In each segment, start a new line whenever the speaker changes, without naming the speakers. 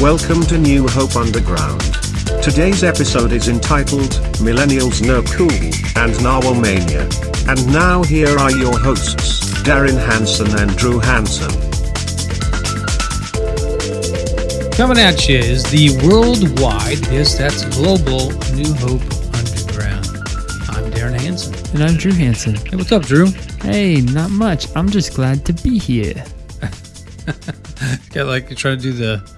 Welcome to New Hope Underground. Today's episode is entitled Millennials No Cool and Narwomania. And now here are your hosts, Darren Hanson and Drew Hanson.
Coming at you is the worldwide, yes, that's global New Hope Underground. I'm Darren Hanson.
And I'm Drew Hansen.
Hey, what's up, Drew?
Hey, not much. I'm just glad to be here.
Got like you're trying to do the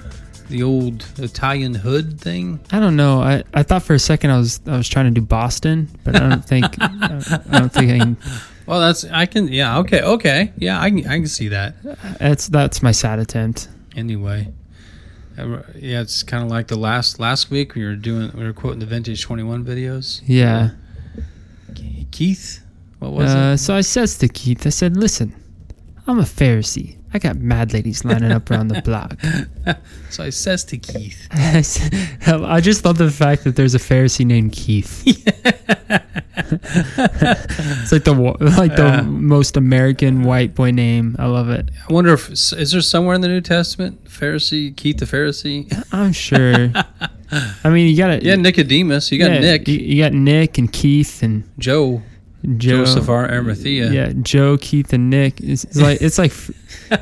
the old Italian hood thing.
I don't know. I, I thought for a second I was I was trying to do Boston, but I don't think I, I don't think I can,
Well, that's I can. Yeah, okay, okay, yeah, I can I can see that.
that's that's my sad attempt.
Anyway, Uh, yeah, it's kind of like the last last week we were doing we were quoting the vintage 21 videos.
Yeah.
Keith, what was it?
Uh, so I says to Keith, I said, "Listen, I'm a Pharisee. I got mad ladies lining up around the block."
So I says to Keith,
I s- I just love the fact that there's a Pharisee named Keith. it's like the wa- like the
Yeah.
most American white boy name. I love it.
I wonder if is there somewhere in the New Testament Pharisee Keith the Pharisee?
I'm sure. I mean, you got
Yeah, Nicodemus. You got
yeah,
Nick,
You, you got Nick and Keith and
Joe,
Joe.
Joseph R. Arimathea.
Yeah, Joe, Keith, and Nick. It's, it's like it's like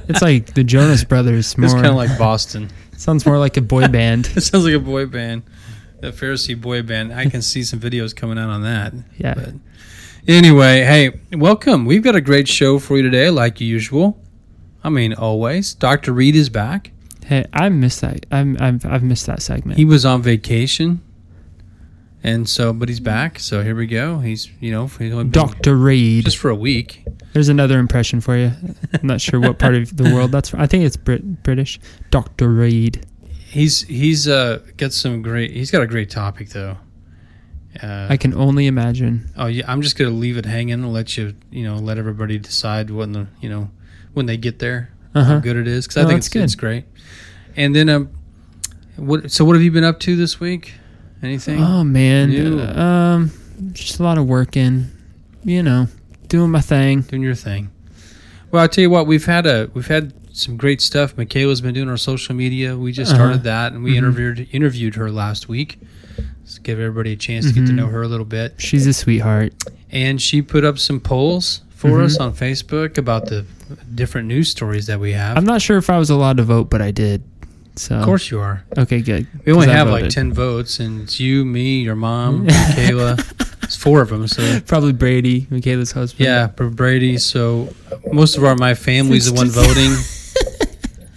it's like the Jonas Brothers. More
It's kind of like Boston.
sounds more like a boy band.
it sounds like a boy band, the Pharisee boy band. I can see some videos coming out on that.
Yeah.
But anyway, hey, welcome. We've got a great show for you today, like usual. I mean, always. Doctor Reed is back.
Hey, I missed that. I'm, I've I've missed that segment.
He was on vacation, and so, but he's back. So here we go. He's, you know, he's only been
Doctor Reed.
just for a week.
There's another impression for you. I'm not sure what part of the world that's from. I think it's Brit British. Doctor Reed.
He's he's uh got some great. He's got a great topic though. Uh,
I can only imagine.
Oh yeah, I'm just gonna leave it hanging and let you, you know, let everybody decide when the, you know, when they get there how
Uh-huh.
good it is because I
No,
think
that's
it's, it's great. And then um, what? So what have you been up to this week? Anything?
Oh man.
Ew.
Um, just a lot of working. You know, doing my thing.
Doing your thing. Well, I tell you what, we've had a we've had some great stuff. Michaela's been doing our social media. We just
Uh-huh.
started that, and we
Mhm.
interviewed interviewed her last week. Just give everybody a chance to get to
Mhm.
know her a little bit.
She's a sweetheart.
and she put up some polls for
Mhm.
us on Facebook about the different news stories that we have.
I'm not sure if I was allowed to vote, but I did. So
of course you are.
okay, good.
We only
'Cause I
have like
voted.
10 votes, and it's you, me, your mom, Kayla. It's four of them. So,
Probably Brady, Michaela's husband.
yeah, for Brady. So, most of our my family's the one voting.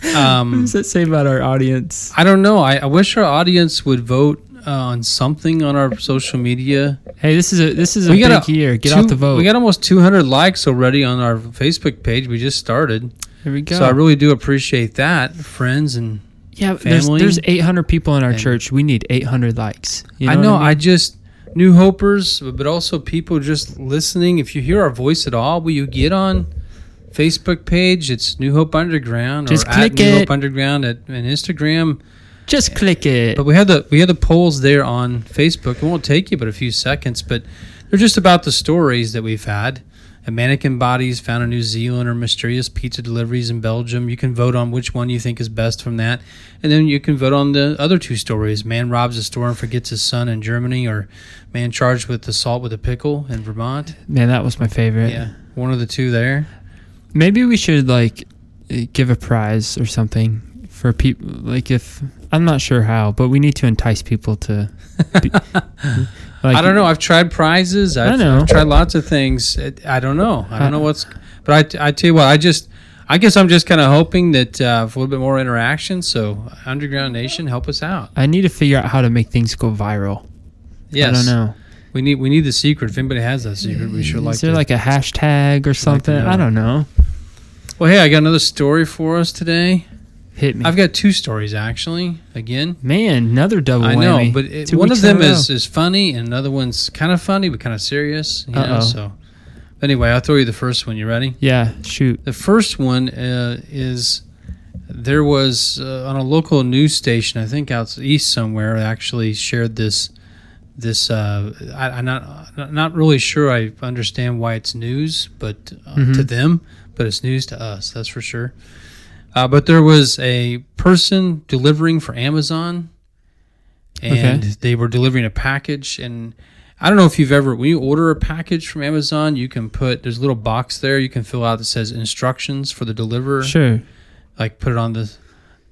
What
Um,
does that say about our audience?
I don't know. I, I wish our audience would vote uh, on something on our social media.
Hey, this is a this is a
We got
big
a-
year. Get
Two-
out the vote.
We got almost 200 likes already on our Facebook page. We just started.
Here we go.
So I really do appreciate that, friends, and
yeah, there's,
family.
there's 800 people in our
And-
church. We need 800 likes. You know
I know
What
I,
I, mean?
just new hopers, but also people just listening. If you hear our voice at all, will you get on Facebook page? It's New Hope Underground
Just
or
click
at New Hope
it.
Underground at and Instagram.
just click it.
But we had the we had the polls there on Facebook. It won't take you but a few seconds, but they're just about the stories that we've had. And mannequin bodies found in New Zealand or mysterious pizza deliveries in Belgium. You can vote on which one you think is best from that. And then you can vote on the other two stories. Man robs a store and forgets his son in Germany or man charged with assault with a pickle in Vermont.
Man, that was my favorite.
Yeah. One of the two there.
Maybe we should like eh, give a prize or something for people. Like if I'm not sure how, but we need to entice people to. Be, like,
I don't know. I've tried prizes. I've,
know. Uh,
I've tried lots of things. It, I don't know. I don't know what's. But I, I tell you what. I just. I guess I'm just kind of hoping that uh, for a little bit more interaction. So Underground Nation, help us out.
I need to figure out how to make things go viral.
Yes.
I don't know.
We need we need the secret. If anybody has that secret, we sure like.
Is there
to-
like a hashtag or something?
know.
I don't know.
well, hey, I got another story for us today.
Hit me,
I've got two stories actually. Again,
man. Another double
I
whammy.
know, but it,
Two
one of
weeks in
them
a row.
is is funny, and another one's kind of funny but kind of serious. You know,
Uh-oh.
so anyway, I'll throw you the first one. You ready?
yeah. Shoot.
The first one uh, is there was uh, on a local news station, I think out east somewhere, actually shared this. This uh, I, I'm not I'm not really sure. I understand why it's news, but uh, to
Mhm.
them, but it's news to us. That's for sure. Uh, but there was a person delivering for Amazon, and
Okay.
they were delivering a package. And I don't know if you've ever, when you order a package from Amazon, you can put there's a little box there you can fill out that says instructions for the deliverer.
Sure.
Like put it on the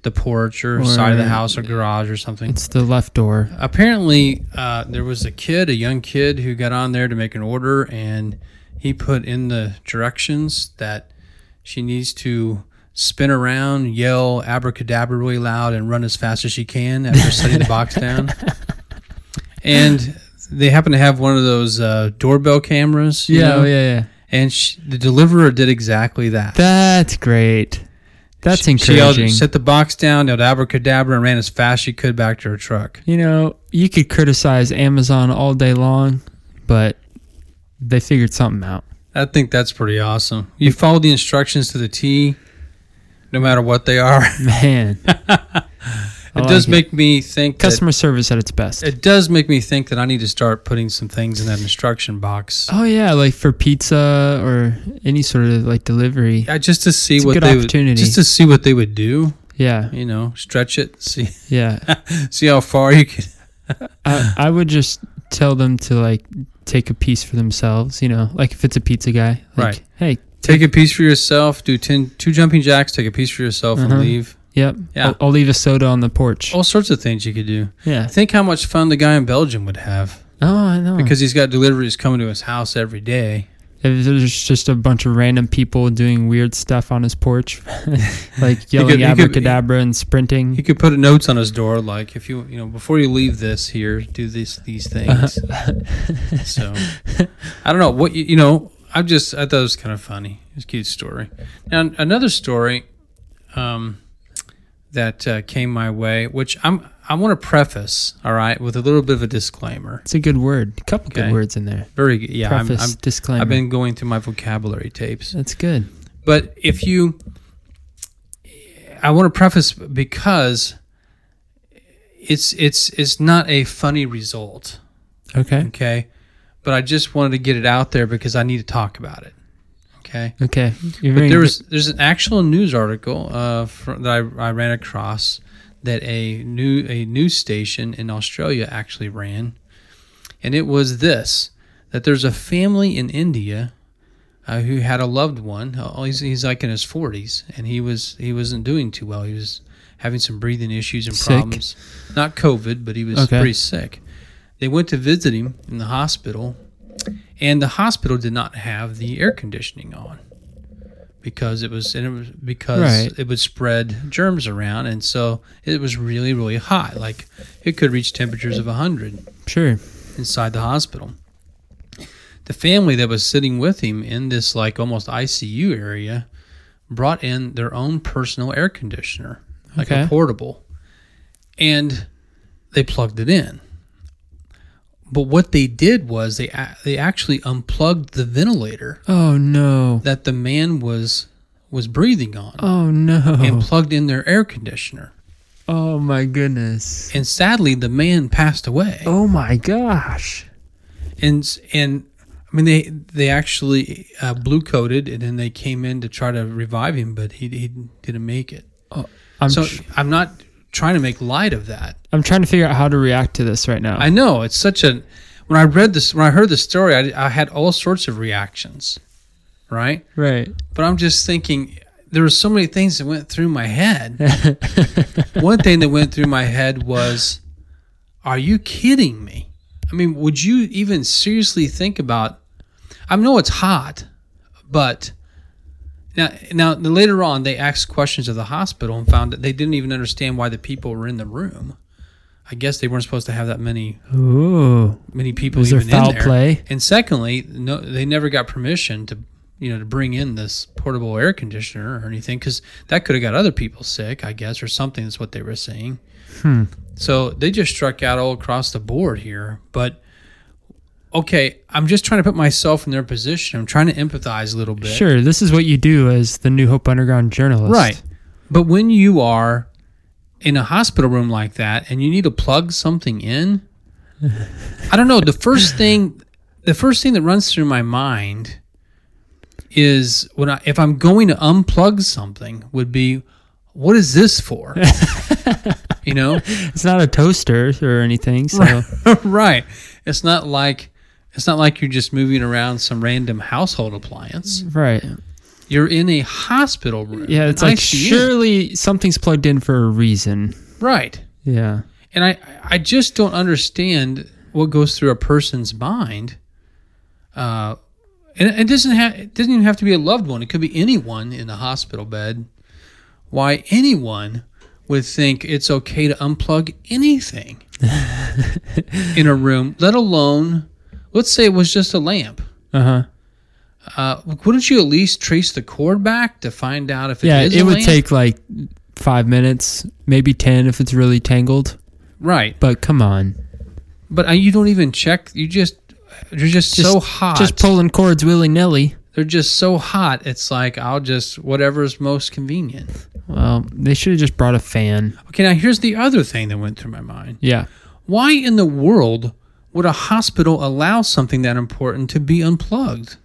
the porch or,
Or-
side of the house or garage or something.
It's the left door.
Apparently, uh, there was a kid, a young kid, who got on there to make an order, and he put in the directions that she needs to spin around, yell abracadabra really loud, and run as fast as she can after setting the box down. And they happen to have one of those uh, doorbell cameras. you know,
yeah, yeah.
And she, the deliverer did exactly that.
That's great. That's
she yelled,
encouraging.
set the box down, yelled abracadabra, and ran as fast as she could back to her truck.
you know, you could criticize Amazon all day long, but they figured something out.
I think that's pretty awesome. You follow the instructions to the T, no matter what they are. It
Man, it
does make me think. that-
customer service at its best.
it does make me think that I need to start putting some things in that instruction box,
oh yeah, like for pizza or any sort of like delivery.
uh, just to see
It's a
what
good
they would,
opportunity.
just to see what they would do.
Yeah,
You know, stretch it, see
yeah.
see how far you can.
I, I would just tell them to like take a piece for themselves. You know, like if it's a pizza guy, like,
Right.
Hey,
Take a piece for yourself. Do ten, two jumping jacks. Take a piece for yourself and
Uh-huh.
leave.
yep.
Yeah. Oh.
I'll, I'll leave a soda on the porch.
All sorts of things you could do.
Yeah.
Think how much fun the guy in Belgium would have
Oh, I know.
because he's got deliveries coming to his house every day.
If there's just a bunch of random people doing weird stuff on his porch, like yelling
could- you could-
abracadabra and
He
sprinting.
could put notes on his door, like if you you know before you leave this here, do these these things.
Uh-huh.
so I don't know what you, you know. I just I thought it was kind of funny. It's a cute story. Now another story um, that uh, came my way, which I'm I want to preface all right with a little bit of a disclaimer.
It's a good word. A couple
Okay.
good words in there.
Very good. yeah, I'm,
Preface,
I'm,
disclaimer.
I've been going through my vocabulary tapes.
That's good.
But if you, I want to preface because it's it's it's not a funny result,
Okay.
okay? But I just wanted to get it out there because I need to talk about it, okay?
Okay. You're
But
very
there was there's an actual news article uh, fr that I, I ran across that a new a news station in Australia actually ran, and it was this that there's a family in India uh, who had a loved one. Oh, he's, he's like in his 40s, and he was he wasn't doing too well. He was having some breathing issues and
Sick.
problems, not COVID, but he was
Okay.
pretty sick. They went to visit him in the hospital, and the hospital did not have the air conditioning on because it was, and it was because
Right.
it would spread germs around, and so it was really really hot. Like it could reach temperatures of 100
sure.
inside the hospital. The family that was sitting with him in this like almost ICU area brought in their own personal air conditioner, like a
Okay.
portable, and they plugged it in. But what they did was they a- they actually unplugged the ventilator
Oh no.
that the man was was breathing on
Oh
and
no.
plugged in their air conditioner.
Oh my goodness.
And sadly, the man passed away.
Oh my gosh.
and and I mean they they actually uh, blue coated and then they came in to try to revive him, but he he didn't make it.
I'm
so
tr-
I'm not trying to make light of that.
I'm trying to figure out how to react to this right now.
I know it's such a when I read this when I heard the story, I, I had all sorts of reactions, right?
right.
But I'm just thinking there were so many things that went through my head. One thing that went through my head was, "Are you kidding me? I mean, would you even seriously think about? I know it's hot, but." Now, now, later on, they asked questions of the hospital and found that they didn't even understand why the people were in the room. I guess they weren't supposed to have that many
Ooh.
many people
Was there
even
foul
in there.
play?
And secondly, no, they never got permission to you know to bring in this portable air conditioner or anything because that could have got other people sick, I guess, or something. Is what they were saying.
Hmm.
So they just struck out all across the board here. But okay, I'm just trying to put myself in their position. I'm trying to empathize a little bit.
Sure. This is what you do as the New Hope Underground journalist.
Right. But when you are in a hospital room like that and you need to plug something in, I don't know, the first thing the first thing that runs through my mind is when I if I'm going to unplug something would be what is this for? you know,
It's not a toaster or anything. So
right? It's not like it's not like you're just moving around some random household appliance.
right,
You're in a hospital room.
yeah, it's
an
like
ICU.
surely something's plugged in for a reason.
right.
Yeah,
And I, I just don't understand what goes through a person's mind. Uh, and it doesn't have it doesn't even have to be a loved one. It could be anyone in a hospital bed. Why anyone would think it's okay to unplug anything in a room, let alone, let's say it was just a lamp.
uh huh.
Uh, wouldn't you at least trace the cord back to find out if it
Yeah,
is
it
a
would
lamp?
take like five minutes, maybe ten if it's really tangled.
right?
But come on,
But uh, you don't even check. You just you're just,
Just-
so hot.
just pulling cords willy nilly.
they're just so hot it's like i'll just whatever's most convenient
Well, they should have just brought a fan.
okay now here's the other thing that went through my mind
Yeah,
why in the world would a hospital allow something that important to be unplugged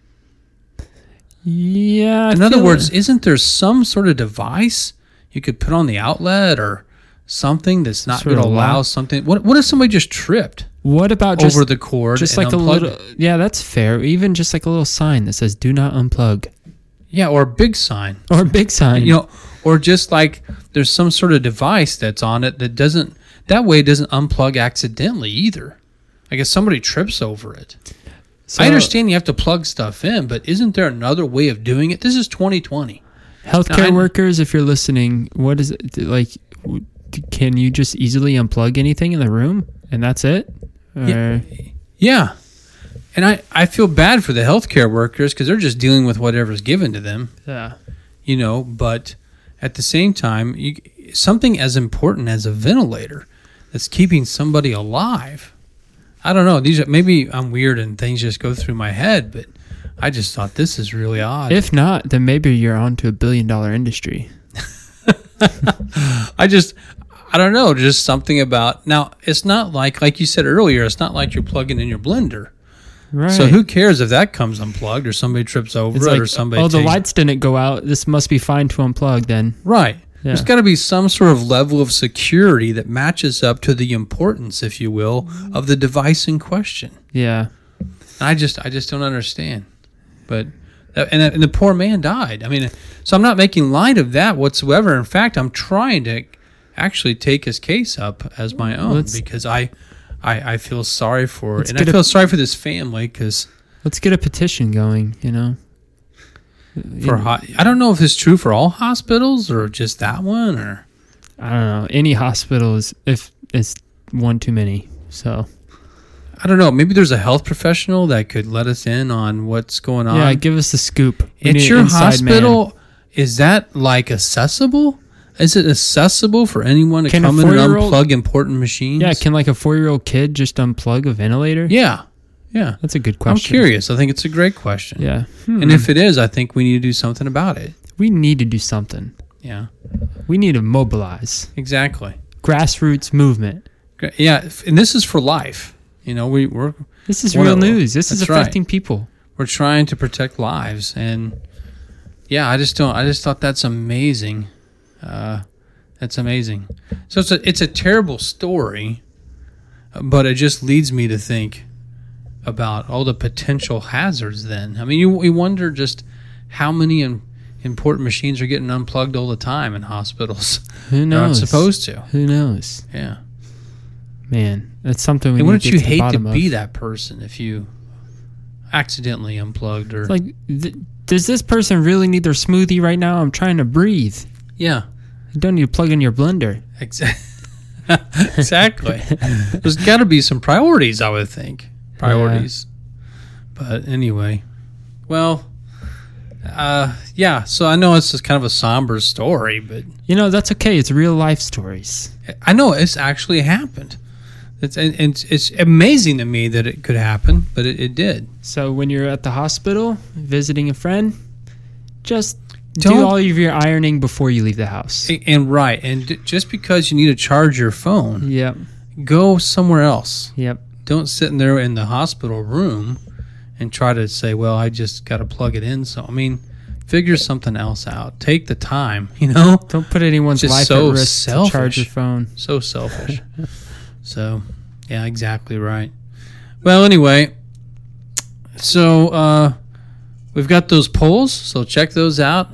yeah. I
in other
feel
words
it.
isn't there some sort of device you could put on the outlet or something that's not
Sort
going to
of
allow
lock.
something what, what if somebody just tripped
what about just
over the cord
just
and
like a
unplugged
little?
it?
Yeah, that's fair. Even just like a little sign that says "Do not unplug"
yeah or a big sign
or a big sign.
Uh, you know or just like there's some sort of device that's on it that doesn't that way it doesn't unplug accidentally either i guess somebody trips over it
So,
i understand you have to plug stuff in but isn't there another way of doing it this is 2020
Healthcare
No, I-
workers, if you're listening, what is it like? w- Can you just easily unplug anything in the room and that's it?
Yeah.
Or-
yeah and i i feel bad for the healthcare workers because they're just dealing with whatever's given to them
yeah.
you know but at the same time you, something as important as a ventilator that's keeping somebody alive i don't know these are, maybe i'm weird and things just go through my head but i just thought this is really odd
If not, then maybe you're onto a billion dollar industry.
i just i don't know just something about now it's not like like you said earlier it's not like you're plugging in your blender
Right.
so who cares if that comes unplugged or somebody trips over
It's
it
like,
or somebody
oh, the
takes-
lights didn't go out. This must be fine to unplug then.
Right. There's
Yeah.
got to be some sort of level of security that matches up to the importance, if you will, of the device in question.
Yeah.
And I just, I just don't understand. But uh, and and the poor man died. I mean, so I'm not making light of that whatsoever. In fact, I'm trying to actually take his case up as my own
Let's-
because I, I, I feel sorry for,
Let's
and I
get a-
feel sorry for this family because
Let's get a petition going, you know?
for ho- I don't know if it's true for all hospitals or just that one or.
I don't know. Any hospital is, if it's one too many. So,
I don't know. Maybe there's a health professional that could let us in on what's going on.
yeah, give us the scoop. We
At
need an
your
inside man.
hospital, is that like accessible? Is it accessible for anyone to
Can a
come in and
four-year-old-
unplug important machines?
Yeah, can like a four year old kid just unplug a ventilator?
yeah, yeah.
That's a good
I'm
question.
curious. I think it's a great question.
Yeah.
And if it is, I think we need to do something about it.
We need to do something.
Yeah,
We need to mobilize.
exactly.
Grassroots movement.
Gr- Yeah, f- and this is for life. You know, we we're
This is
One
real
of them.
news. This is
That's right.
affecting people.
we're trying to protect lives and yeah i just don't i just thought that's amazing uh, that's amazing so it's a, it's a terrible story but it just leads me to think about all the potential hazards then i mean you, you wonder just how many im- important machines are getting unplugged all the time in hospitals
Who
they're not
knows?
supposed to
Who knows?
yeah
Man, that's something we
and
need
wouldn't
to get
you
to the
hate to
bottom of.
be that person if you accidentally unplugged or
It's Like, th- does this person really need their smoothie right now? I'm trying to breathe.
yeah
You don't need to plug in your blender.
Exactly. exactly. There's got to be some priorities, I would think. Priorities. But anyway, well, uh, yeah. So I know it's just kind of a somber story, but
You know, that's okay. It's real life stories.
I know it's actually happened. It's and, and it's- it's amazing to me that it could happen, but it, it did.
So when you're at the hospital visiting a friend, just
Don't-
do all of your ironing before you leave the house.
A- And right, and d- just because you need to charge your phone,
Yep.
go somewhere else.
Yep.
don't sit in there in the hospital room and try to say, "Well, I just got to plug it in." So I mean, Figure something else out. Take the time, you know?
Don't put anyone's
Just
life
so
at risk to charge
selfish.
your phone.
So selfish. so, yeah, exactly right. Well, anyway, so uh, we've got those polls, so check those out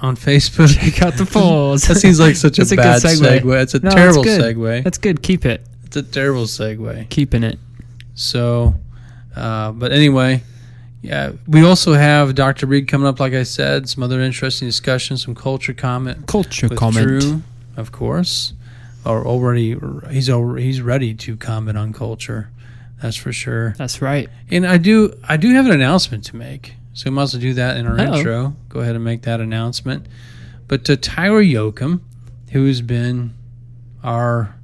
on Facebook.
Check out the polls.
that seems like such a
That's a good
bad
segue.
segue. It's a
No, that's
terrible
good.
segue.
That's good. Keep it.
It's a terrible segue.
Keeping it.
So, uh, but anyway, yeah, we also have Dr. Reed coming up, like I said, some other interesting discussions, some culture comment
Culture
with
comment.
Drew, of course, or already he's over, he's ready to comment on culture. That's for sure.
That's right.
And I do I do have an announcement to make. So we might as well do that in our
Uh-oh.
intro. Go ahead and make that announcement. But to Tyler Yoakum, who's been our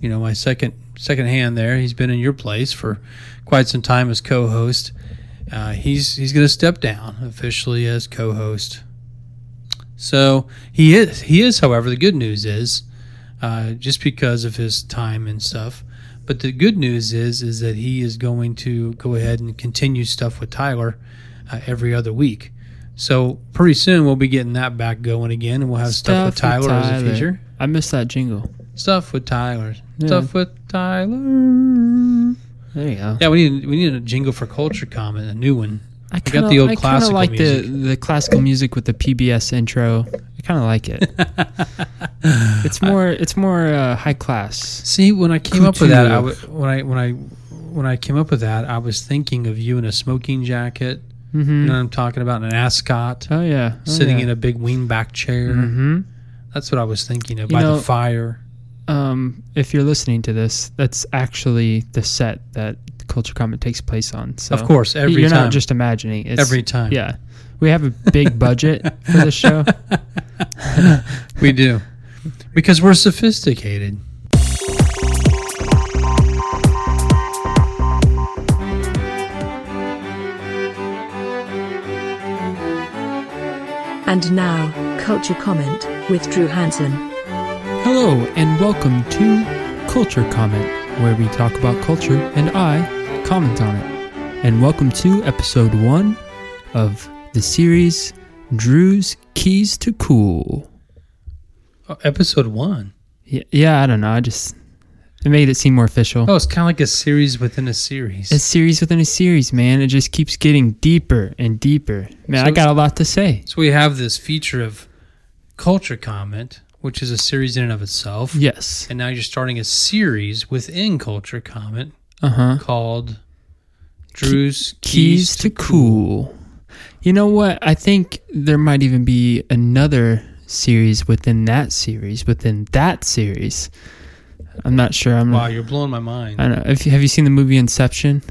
you know, my second second hand there, he's been in your place for quite some time as co host. Uh, he's he's gonna step down officially as co host. So he is he is, however, the good news is uh, just because of his time and stuff. But the good news is is that he is going to go ahead and continue stuff with Tyler uh, every other week. So pretty soon we'll be getting that back going again, and we'll have stuff,
Stuff
with
with
Tyler, as a
Tyler.
feature.
I missed that jingle.
Stuff with Tyler.
Yeah.
Stuff with Tyler.
There you go.
Yeah, we need we need a jingle for culture comment, a new one.
I
got
kinda,
the old
I kinda
classical
like the
music.
the classical music with the PBS intro. I kind of like it. it's more it's more uh, high class.
See, when I came up with that, I
Couture.
w- when I when I when I came up with that, I was thinking of you in a smoking jacket. You
Mm-hmm.
know what I'm talking about? An ascot,
Oh yeah. Oh,
sitting
yeah.
in a big lean-back chair.
hmm
That's what I was thinking of
You
by
know-
the fire.
Um, if you're listening to this, that's actually the set that Culture Comet takes place on. So
of course, every
you're
time,
not just imagining. It's,
every time.
yeah, we have a big budget for this show.
we do, because we're sophisticated.
And now, Culture Comment with Drew Hansen.
Hello and welcome to Culture Comment, where we talk about culture and I comment on it. And welcome to episode one of the series Drew's Keys to Cool.
Oh, episode one.
Yeah, yeah I don't know. I just it made it seem more official.
Oh, it's kind of like a series within a series.
It's series within a series, man. It just keeps getting deeper and deeper. Man,
So
I got a lot to say.
so we have this feature of culture comment, which is a series in and of itself.
Yes.
And now you're starting a series within culture comment
Uh huh.
called Drew's
Keys to Cool. You know what? I think there might even be another series within that series within that series. I'm not sure. I'm.
Wow, you're blowing my mind.
I don't know. If you, have you seen the movie Inception?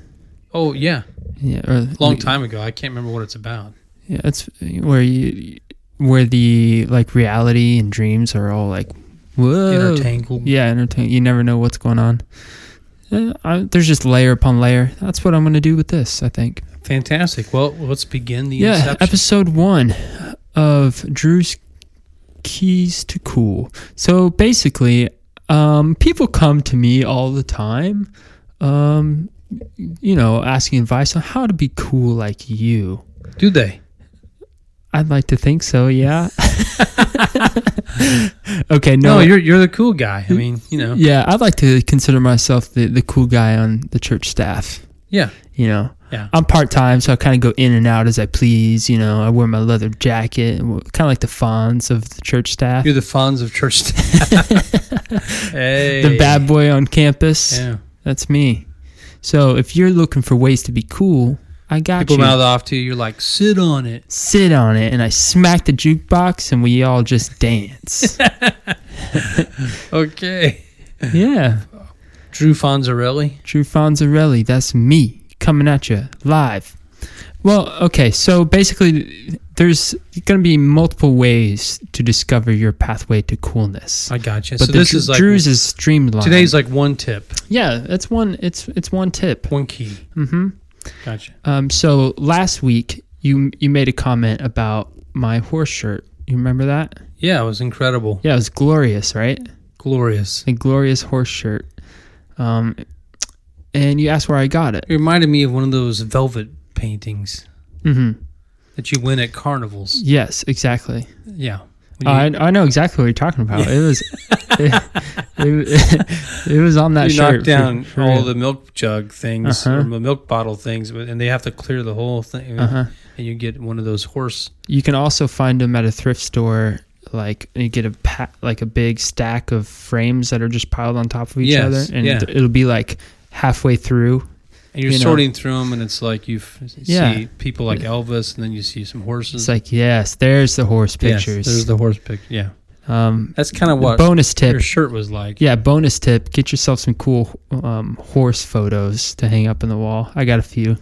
oh yeah,
Yeah. Or
long time ago. I can't remember what it's about.
Yeah, it's where you, where the like reality and dreams are all like, whoa.
Intertangled.
Uh, Yeah, entertain. You never know what's going on. Uh, I, there's just layer upon layer. That's what I'm going to do with this, I think.
Fantastic. Well, let's begin the
yeah,
inception.
episode one of Drew's Keys to Cool. So basically, um, people come to me all the time, um, you know, asking advice on how to be cool like you.
Do they?
I'd like to think so, yeah. okay,
No,
no, Mm-hmm.
you're you're the cool guy. I mean, you know.
yeah, I'd like to consider myself the, the cool guy on the church staff.
Yeah.
you know
Yeah.
i'm part-time so i kind of go in and out as i please you know i wear my leather jacket kind of like the fonz of the church staff
You're the fawns of church staff. hey.
the bad boy on campus
Yeah.
that's me so if you're looking for ways to be cool i got
People
you
mouth off to you. You're like, sit on it.
sit on it and i smack the jukebox and we all just dance
Okay.
yeah
Drew Fonzarelli.
Drew Fonzarelli, that's me coming at you live. Well, okay, so basically, there's going to be multiple ways to discover your pathway to coolness.
I got you.
But
so
the
this
Dr-
is like
Drew's is streamlined.
today's like one tip,
yeah, that's one. It's it's one tip.
one key.
hmm
Gotcha.
Um, so last week you you made a comment about my horse shirt. You remember that?
Yeah, it was incredible,
Yeah, it was glorious, right?
glorious.
The glorious horse shirt. Um, and you asked where I got it.
It reminded me of one of those velvet paintings.
Mm-hmm.
that you win at carnivals.
Yes, exactly.
Yeah. When
I,
you-
I know exactly what you're talking about. It was it, it, it was on that
you
shirt.
knock
for-
down
for
all
real.
the milk jug things or
Uh-huh.
the milk bottle things, but- and they have to clear the whole thing,
Uh-huh.
and you get one of those horse.
You can also find them at a thrift store. Like you get a pa- like a big stack of frames that are just piled on top of each
Yes,
other, and
yeah.
it'll be like halfway through.
And you're
You know.
sorting through them, and it's like you f-
Yeah.
see people like Elvis, and then you see some horses.
It's like yes, there's the horse
Mm. Yes,
pictures.
there's the horse picture. Yeah,
um,
that's kind of what
bonus tip.
your shirt was like.
Yeah, bonus tip: get yourself some cool um, horse photos to hang up on the wall. I got a few.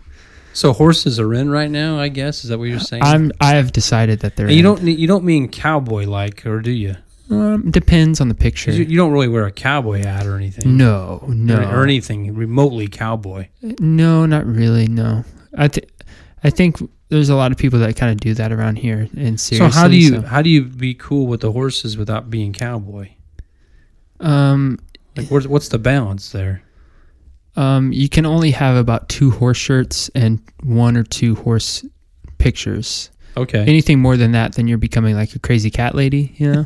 So horses are in right now, I guess. Is that what you're saying?
I'm I have decided that they're.
and you
in.
don't ne- you don't mean cowboy like, or do you?
um, depends on the
'Cause
picture.
You, you don't really wear a cowboy hat or anything.
no, no,
Or, or anything remotely cowboy.
no, not really. No, I th- I think there's a lot of people that kind of do that around here. And seriously,
so how do you
so,
how do you be cool with the horses without being cowboy?
um
Like where's, what's the balance there?
um you can only have about two horse shirts and one or two horse pictures.
Okay,
Anything more than that, then you're becoming like a crazy cat lady. You know,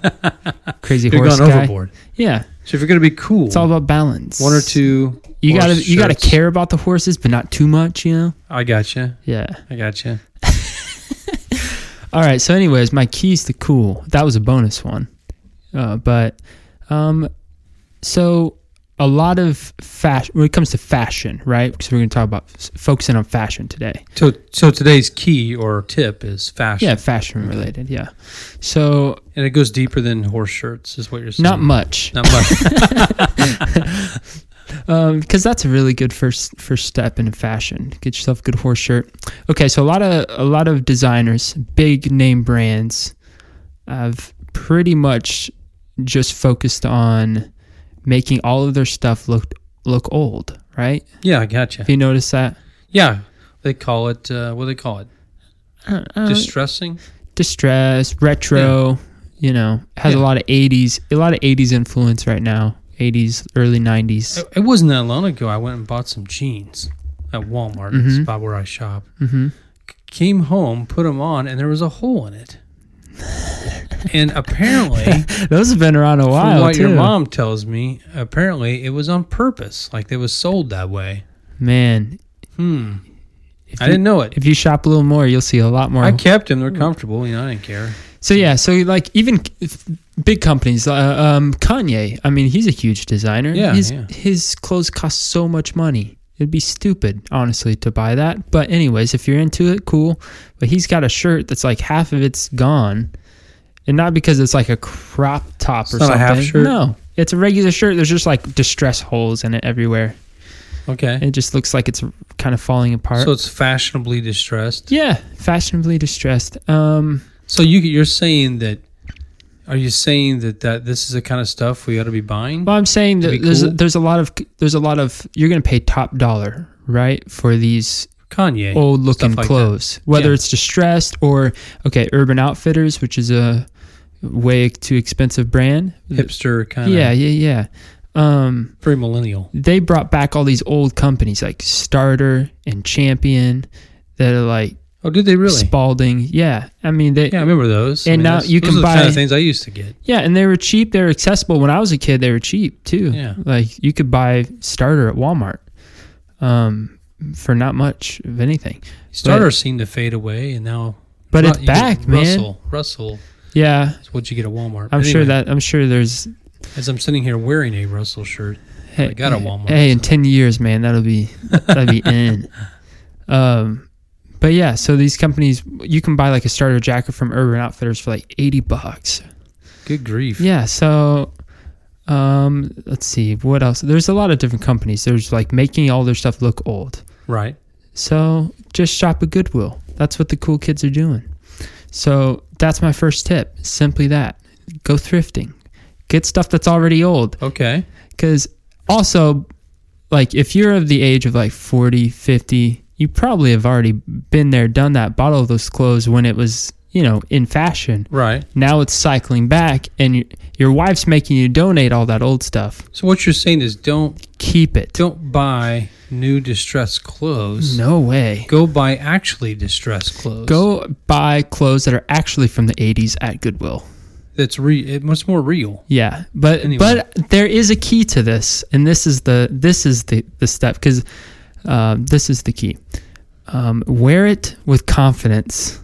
crazy
you're
horse
gone
guy.
overboard.
Yeah,
So if you're gonna be cool,
it's all about balance.
one or two.
You
horse
gotta you gotta
shirts.
care about the horses, but not too much. You know.
I gotcha.
Yeah.
I gotcha.
All right. So, anyways, my keys to cool. That was a bonus one, uh, but um, so a lot of fashion when it comes to fashion, right? Because we're going to talk about s- focusing on fashion today.
So so today's key or tip is fashion.
Yeah, fashion related. Yeah. So
and it goes deeper than horse shirts, is what you're saying.
not much,
Not much.
Um 'cause because that's a really good first first step in fashion. Get yourself a good horse shirt. Okay, so a lot of a lot of designers, big name brands, have pretty much just focused on making all of their stuff look look old, right?
yeah, I gotcha.
Have you noticed that?
Yeah, they call it uh, what do they call it?
Uh, uh,
Distressing.
distress, retro. You know, has a
Yeah.
lot of '80s, a lot of '80s influence right now. '80s, early '90s.
It, it wasn't that long ago. I went and bought some jeans at Walmart. It's
Mhm.
about where I shop.
Mm-hmm.
Came home, put them on, and there was a hole in it. and apparently,
Those have been around a
Oh.
while
from what
too.
your mom tells me, apparently it was on purpose. Like they was sold that way.
Man,
Hmm.
if
I
you-
didn't know it.
if you shop a little more, you'll see a lot more.
I kept them. They're comfortable. You know, I didn't care.
so yeah, so like even if big companies, uh, um, Kanye. I mean, he's a huge designer.
Yeah,
his
yeah.
his clothes cost so much money. It'd be stupid, honestly, to buy that. But anyways, if you're into it, cool. But he's got a shirt that's like half of it's gone, and not because it's like a crop top
It's
or
not a
something.
half shirt?
No, it's a regular shirt. There's just like distress holes in it everywhere.
Okay.
It just looks like it's kind of falling apart.
So it's fashionably distressed.
yeah, fashionably distressed. Um,
So you you're saying that? Are you saying that that this is the kind of stuff we ought to be buying?
Well, I'm saying
To be
that there's
cool?
there's a lot of there's a lot of you're going to pay top dollar, right, for these
Kanye
old looking
stuff like
clothes, whether
Yeah.
it's distressed or okay, Urban Outfitters, which is a way too expensive brand.
that. hipster kind
Yeah, yeah,
of
yeah. Um,
very millennial.
they brought back all these old companies like Starter and Champion that are like
Oh, did they really?
Spalding. Yeah, I mean they.
yeah, I remember those. I
And now
those-
you
those
can
are the kind
buy-
of things I used to get.
Yeah, and they were cheap. They were accessible. When I was a kid, they were cheap too.
Yeah.
like you could buy starter at Walmart, um, for not much of anything.
Starters seem to fade away, and now.
But
Ru-
it's
you get
back, man.
Russell, Russell
Yeah,
is what you get at Walmart.
I'm
But
sure
anyway,
that I'm sure there's.
as I'm sitting here wearing a Russell shirt,
Hey,
got at Walmart,
Hey, in
so.
ten years, man, that'll be that'll be in. Um, but yeah, so these companies, you can buy like a starter jacket from Urban Outfitters for like eighty bucks.
good grief.
Yeah, so um, let's see what else. There's a lot of different companies. There's like making all their stuff look old.
Right.
So just shop at Goodwill. That's what the cool kids are doing. So that's my first tip. Simply that. Go thrifting. Get stuff that's already old.
Okay.
Because also, like, if you're of the age of like 40, 50, you probably have already been there, done that, bought all those clothes when it was, you know, in fashion.
Right.
Now it's cycling back, and y- your wife's making you donate all that old stuff.
So what you're saying is don't
Keep it.
don't buy new distressed clothes.
No way.
Go buy actually distressed clothes.
Go buy clothes that are actually from the 80s at Goodwill.
That's re. It, what's more real?
Yeah, but
Anyway.
but there is a key to this, and this is the this is the the step because um, this is the key. Um, wear it with confidence,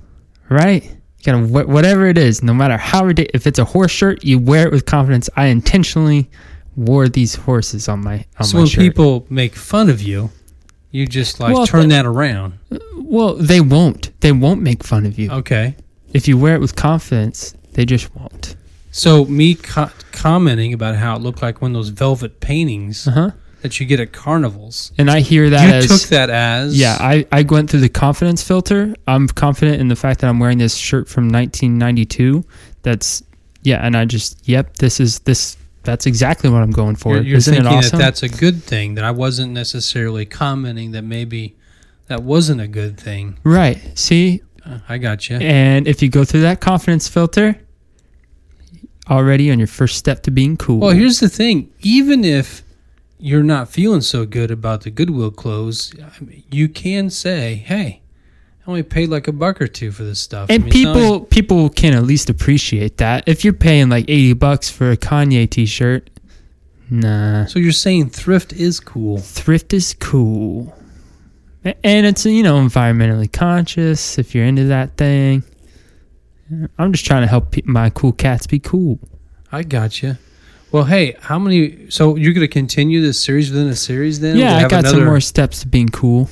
right? You gotta wh- whatever it is, no matter how ridiculous. If it's a horse shirt, you wear it with confidence. I intentionally wore these horses on my on
so
my
when
shirt.
people make fun of you, you just like
Well,
turn
the-
that around.
well, they won't. They won't make fun of you
Okay.
if you wear it with confidence. They just won't.
So me co- commenting about how it looked like one of those velvet paintings
Uh huh.
that you get at carnivals.
And I hear that
Uh-huh. you
as
took that as
Yeah, I, I went through the confidence filter. I'm confident in the fact that I'm wearing this shirt from 1992. That's yeah, and I just yep, this is this. That's exactly what I'm going for.
You're, you're
Isn't it
thinking
awesome?
that that's a good thing. That I wasn't necessarily commenting that maybe that wasn't a good thing.
right. See,
Uh, I got you.
and if you go through that confidence filter, already on your first step to being cool.
Well, here's the thing. Even if you're not feeling so good about the Goodwill clothes, I mean, you can say, "Hey, I only paid like a buck or two for this stuff." I
and
mean, it's not
people people can at least appreciate that. If you're paying like 80 bucks for a Kanye T-shirt, nah.
like- so you're saying thrift is cool.
thrift is cool A- and it's you know environmentally conscious if you're into that thing i'm just trying to help pe- my cool cats be cool
I got you. Well, hey, how many? So you're going to continue this series within a series? Then We'll
yeah i
have
got
another,
some more steps to being cool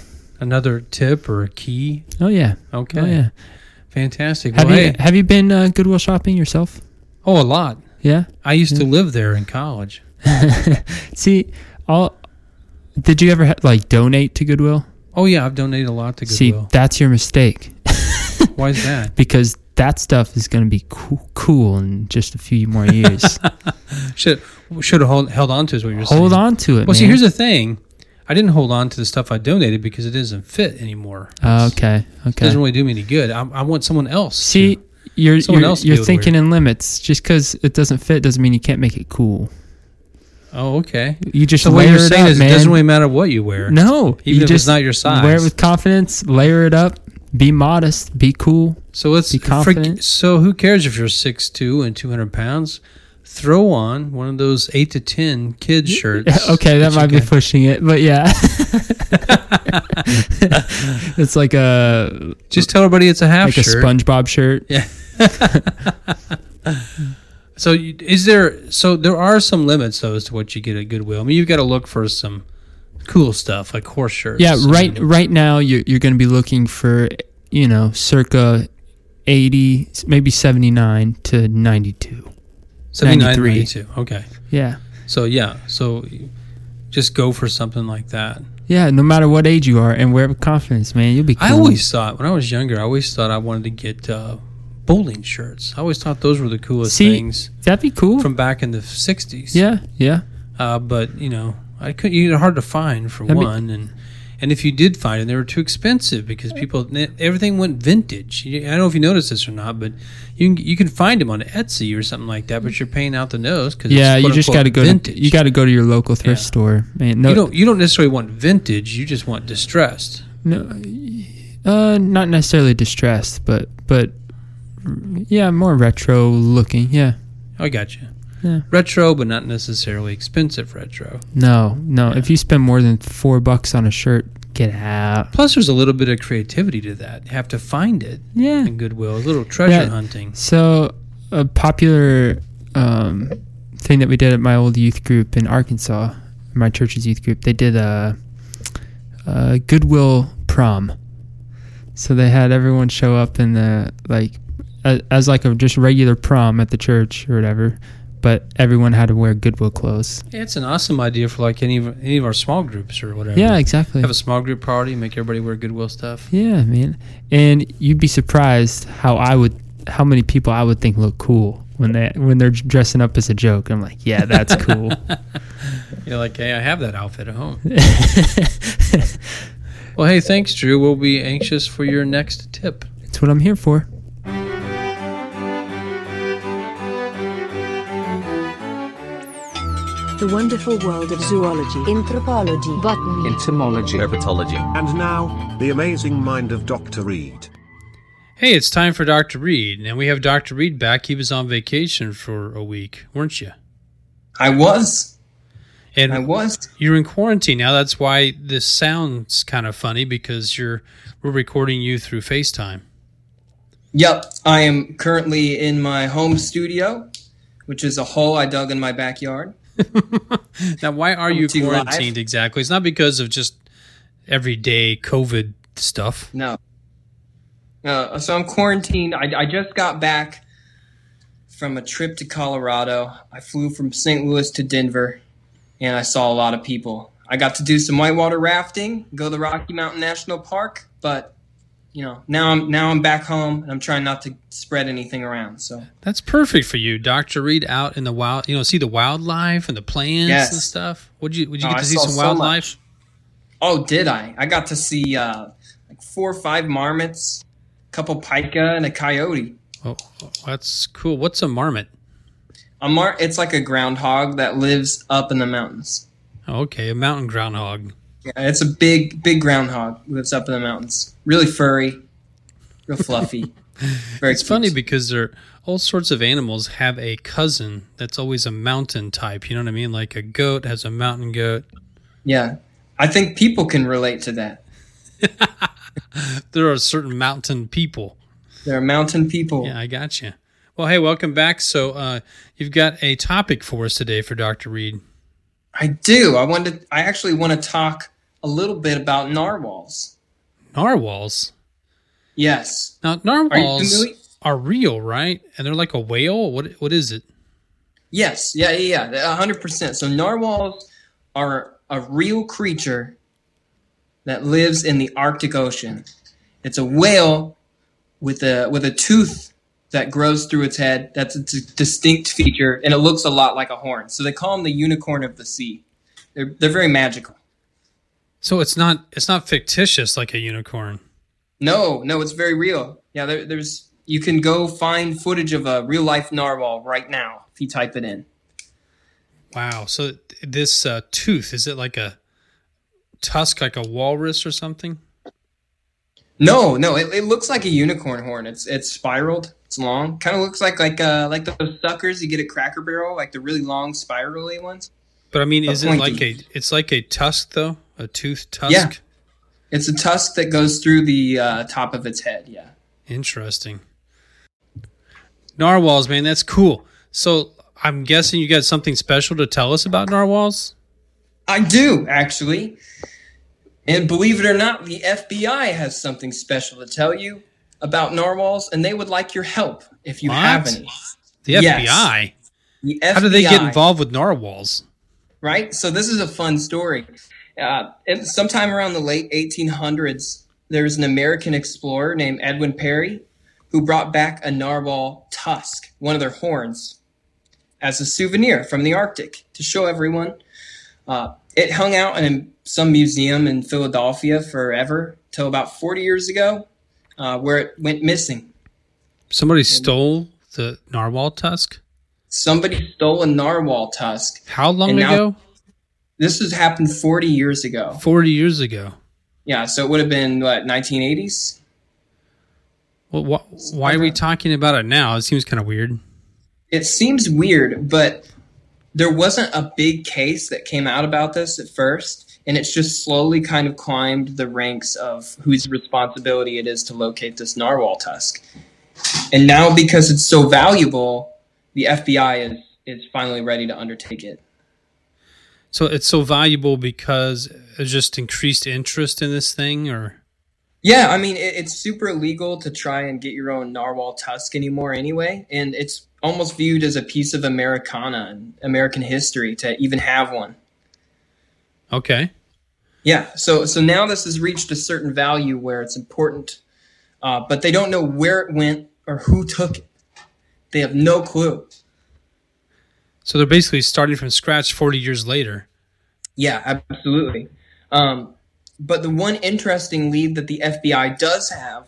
another tip or a key.
oh yeah
Okay,
oh yeah
fantastic.
have
well,
you
hey,
have you been uh, goodwill shopping yourself
oh, a lot.
yeah
I used to live there in college.
see all did you ever ha- like donate to goodwill
Oh yeah, I've donated a lot to
see
Goodwill.
that's your mistake
Why is that?
because that stuff is going to be cool, cool in just a few more years
Should should have hold, held on to is what you're saying.
hold on to it
Well, see,
man.
here's the thing. I didn't hold on to the stuff I donated because it doesn't fit anymore.
Oh, okay okay
It doesn't really do me any good. I, I want someone else.
See,
to-
you're
Someone
you're,
else
you're
deal with
thinking in limits. Just because it doesn't fit doesn't mean you can't make it cool.
Oh, okay.
You just
So what
layer
you're
it
saying
up,
is
man.
it doesn't really matter what you wear.
no,
even
you
if it's
just
not your size.
Wear it with confidence. Layer it up. Be modest. Be cool.
So let's
Be confident.
so who cares if you're six two and two hundred pounds? Throw on one of those eight to ten kid shirts.
okay, that
you
might be
can-
pushing it, but yeah, it's like a
Just tell everybody it's a half
like
shirt.
a SpongeBob shirt.
So you- is there so there are some limits though as to what you get at Goodwill. I mean, you've got to look for some cool stuff like horse shirts.
Yeah, right.
and-
Right now, you're you're going to be looking for you know circa eighty, maybe seventy nine to ninety two.
79,
93.
92. Okay.
Yeah.
So yeah, so just go for something like that.
Yeah, no matter what age you are, and wear it with confidence, man. You'll be. Cool.
I always thought when I was younger, I always thought I wanted to get uh, bowling shirts. I always thought those were the coolest
See-
things
that'd be cool.
from back in the 60s.
yeah, yeah,
Uh, but you know, I could you know, hard to find for
That'd be-
one, and and if you did find it, they were too expensive because people everything went vintage. You- I don't know if you noticed this or not, but you can, you can find them on Etsy or something like that. But you're paying out the nose because
yeah. You just got to go. To, you got to go to your local thrift
Yeah.
store, man. No,
you don't you don't necessarily want vintage. You just want distressed.
no, uh, not necessarily distressed, but but yeah, more retro looking. Yeah,
I got you.
Yeah.
Retro, but not necessarily expensive retro.
no, no. If you spend more than four bucks on a shirt, get out.
Plus, there's a little bit of creativity to that. You have to find it
Yeah.
in Goodwill. A little treasure
Yeah.
hunting.
So a popular um, thing that we did at my old youth group in Arkansas, my church's youth group, they did a, a Goodwill prom. So they had everyone show up in the like a- as like a just regular prom at the church or whatever, but everyone had to wear Goodwill clothes.
Yeah, it's an awesome idea for like any of, any of our small groups or whatever.
Yeah, exactly.
Oh, Have a small group party, make everybody wear Goodwill stuff.
Yeah, man. And you'd be surprised how I would how many people I would think look cool when they when they're dressing up as a joke. I'm like, yeah, that's cool.
You're like, hey, I have that outfit at home. well, hey, thanks, Drew. We'll be anxious for your next tip.
That's what I'm here for.
The Wonderful World of Zoology.
Anthropology. Botany.
entomology, herpetology,
And now, the amazing mind of Dr. Reed.
Hey, it's time for Dr. Reed, and we have Dr. Reed back. He was on vacation for a week, weren't you?
I was.
And
I was.
you're in quarantine now. That's why this sounds kind of funny because you're we're recording you through FaceTime.
Yep. I am currently in my home studio, which is a hole I dug in my backyard.
Now, why are you
to you live.
quarantined exactly? It's not because of just everyday COVID stuff.
No. Uh, so I'm quarantined. I, I just got back from a trip to Colorado. I flew from St. Louis to Denver, and I saw a lot of people. I got to do some whitewater rafting, go to the Rocky Mountain National Park, but you know now I'm now I'm back home, and I'm trying not to spread anything around. So
That's perfect for you, Doctor Reed, out in the wild. You know, see the wildlife and the plants
Yes.
and stuff. Would you would you
Oh,
get to
I
see
saw
some
so
wildlife?
much. Oh, did I? I got to see uh, like four or five marmots, a couple pika, and a coyote.
Oh, that's cool. What's a marmot?
A mar- it's like a groundhog that lives up in the mountains.
Oh, okay, a mountain groundhog.
Yeah, it's a big, big groundhog lives up in the mountains. Really furry, real fluffy. Very
It's funny because they're all sorts of animals have a cousin that's always a mountain type. You know what I mean? Like a goat has a mountain goat.
yeah, I think people can relate to that.
There are certain mountain people.
They're mountain people.
Yeah, I got you. Well, hey, welcome back. So uh, you've got a topic for us today for Doctor Reed.
I do. I wanted. I actually want to talk a little bit about narwhals.
Narwhals.
Yes.
Now, narwhals
familiar?
are real, right? And they're like a whale. What what is it?
Yes, yeah, yeah, yeah, a hundred percent. So narwhals are a real creature that lives in the Arctic Ocean. It's a whale with a with a tooth that grows through its head. That's a d- distinct feature, and it looks a lot like a horn. So they call them the unicorn of the sea. They're they're very magical.
So it's not it's not fictitious like a unicorn.
No, no, it's very real. Yeah, there, there's you can go find footage of a real life narwhal right now if you type it in.
Wow. So th- this uh, tooth is it like a tusk, like a walrus or something?
No, no, it, it looks like a unicorn horn. It's it's spiraled. It's long. Kind of looks like like uh like those suckers you get at Cracker Barrel, like the really long spirally ones.
But I mean,
A
is it
pointy.
like a? It's like a tusk though, a tooth tusk.
Yeah. It's a tusk that goes through the uh, top of its head. Yeah.
Interesting. Narwhals, man, that's cool. So I'm guessing you got something special to tell us about narwhals.
I do actually. And believe it or not, the FBI has something special to tell you about narwhals, and they would like your help if you
What?
have any.
The
Yes.
FBI.
The
How do they get
FBI
involved with narwhals?
right? So this is a fun story. Uh, and sometime around the late 1800s, there was an American explorer named Edwin Perry who brought back a narwhal tusk, one of their horns, as a souvenir from the Arctic to show everyone. Uh, it hung out in some museum in Philadelphia forever till about 40 years ago, uh, where it went missing.
Somebody stole the narwhal tusk.
Somebody stole a narwhal tusk.
How long
And now-
ago?
This has happened 40 years ago.
Forty years ago.
Yeah, so it would have been what 1980s.
Well, wh- why are
Uh-huh.
we talking about it now? It seems kind of weird.
It seems weird, but there wasn't a big case that came out about this at first, and it's just slowly kind of climbed the ranks of whose responsibility it is to locate this narwhal tusk. And now because it's so valuable, the FBI is is finally ready to undertake it.
So it's so valuable because it's just increased interest in this thing, or
Yeah, I mean, it, it's super illegal to try and get your own narwhal tusk anymore, anyway. And it's almost viewed as a piece of Americana and American history to even have one.
okay,
Yeah, so so now this has reached a certain value where it's important, uh, but they don't know where it went or who took it. They have no clue.
so they're basically starting from scratch forty years later.
Yeah, absolutely. Um, but the one interesting lead that the FBI does have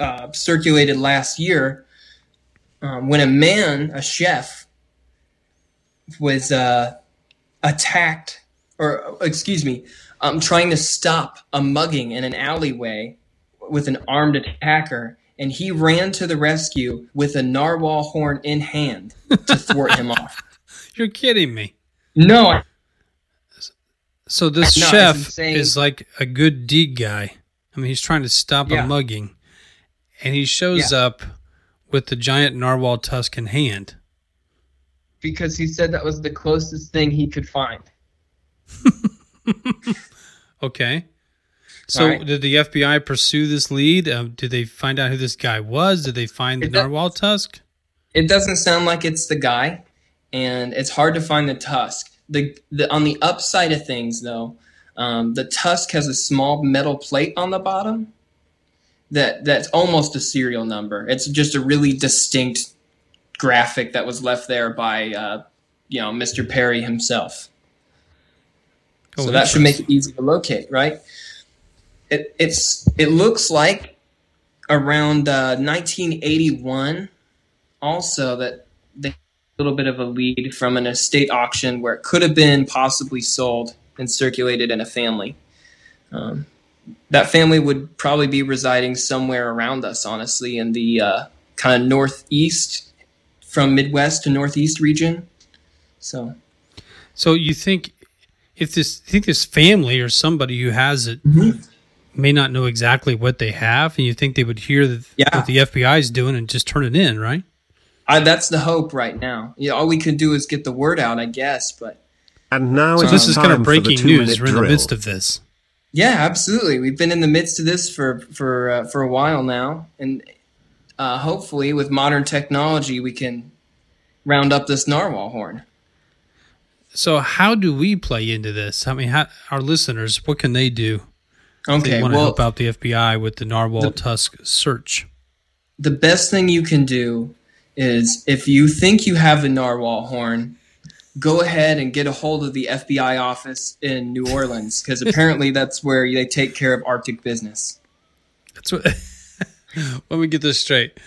uh, circulated last year um, when a man, a chef, was uh, attacked, or excuse me, um, trying to stop a mugging in an alleyway with an armed attacker, and he ran to the rescue with a narwhal horn in hand to thwart him off.
You're kidding me.
No, I-
So this
No, it's
chef
insane.
is like a good deed guy. I mean, he's trying to stop
Yeah.
a mugging, and he shows up with the giant narwhal tusk in hand.
because he said that was the closest thing he could find.
Okay. So
Alright.
did the FBI pursue this lead? Um, did they find out who this guy was? Did they find the
It does-
narwhal tusk?
It doesn't sound like it's the guy, and it's hard to find the tusk. The, the on the upside of things, though, um, the tusk has a small metal plate on the bottom that that's almost a serial number. It's just a really distinct graphic that was left there by uh, you know Mr. Perry himself.
Oh,
so that should make it easy to locate, right? It it's it looks like around uh, 1981 also that they had a little bit of a lead from an estate auction where it could have been possibly sold and circulated in a family. Um, that family would probably be residing somewhere around us, honestly, in the uh, kind of northeast from Midwest to northeast region. So
So you think if this you think this family or somebody who has it
Mm-hmm.
may not know exactly what they have, and you think they would hear that
Yeah.
what the FBI is doing and just turn it in, right?
I, that's the hope right now. Yeah, all we can do is get the word out, I guess. But
And now
So
it's
this is
time
kind of
for
breaking
the
news.
two-minute
We're in the
drill.
midst of this.
Yeah, absolutely. We've been in the midst of this for for uh, for a while now, and uh, hopefully, with modern technology, we can round up this narwhal horn.
So how do we play into this? I mean, how, our listeners, what can they do? If
Okay,
they want to
well,
help out the FBI with the narwhal
The-
tusk search.
the best thing you can do is if you think you have a narwhal horn, go ahead and get a hold of the FBI office in New Orleans because apparently that's where they take care of Arctic business.
That's what. let me get this straight.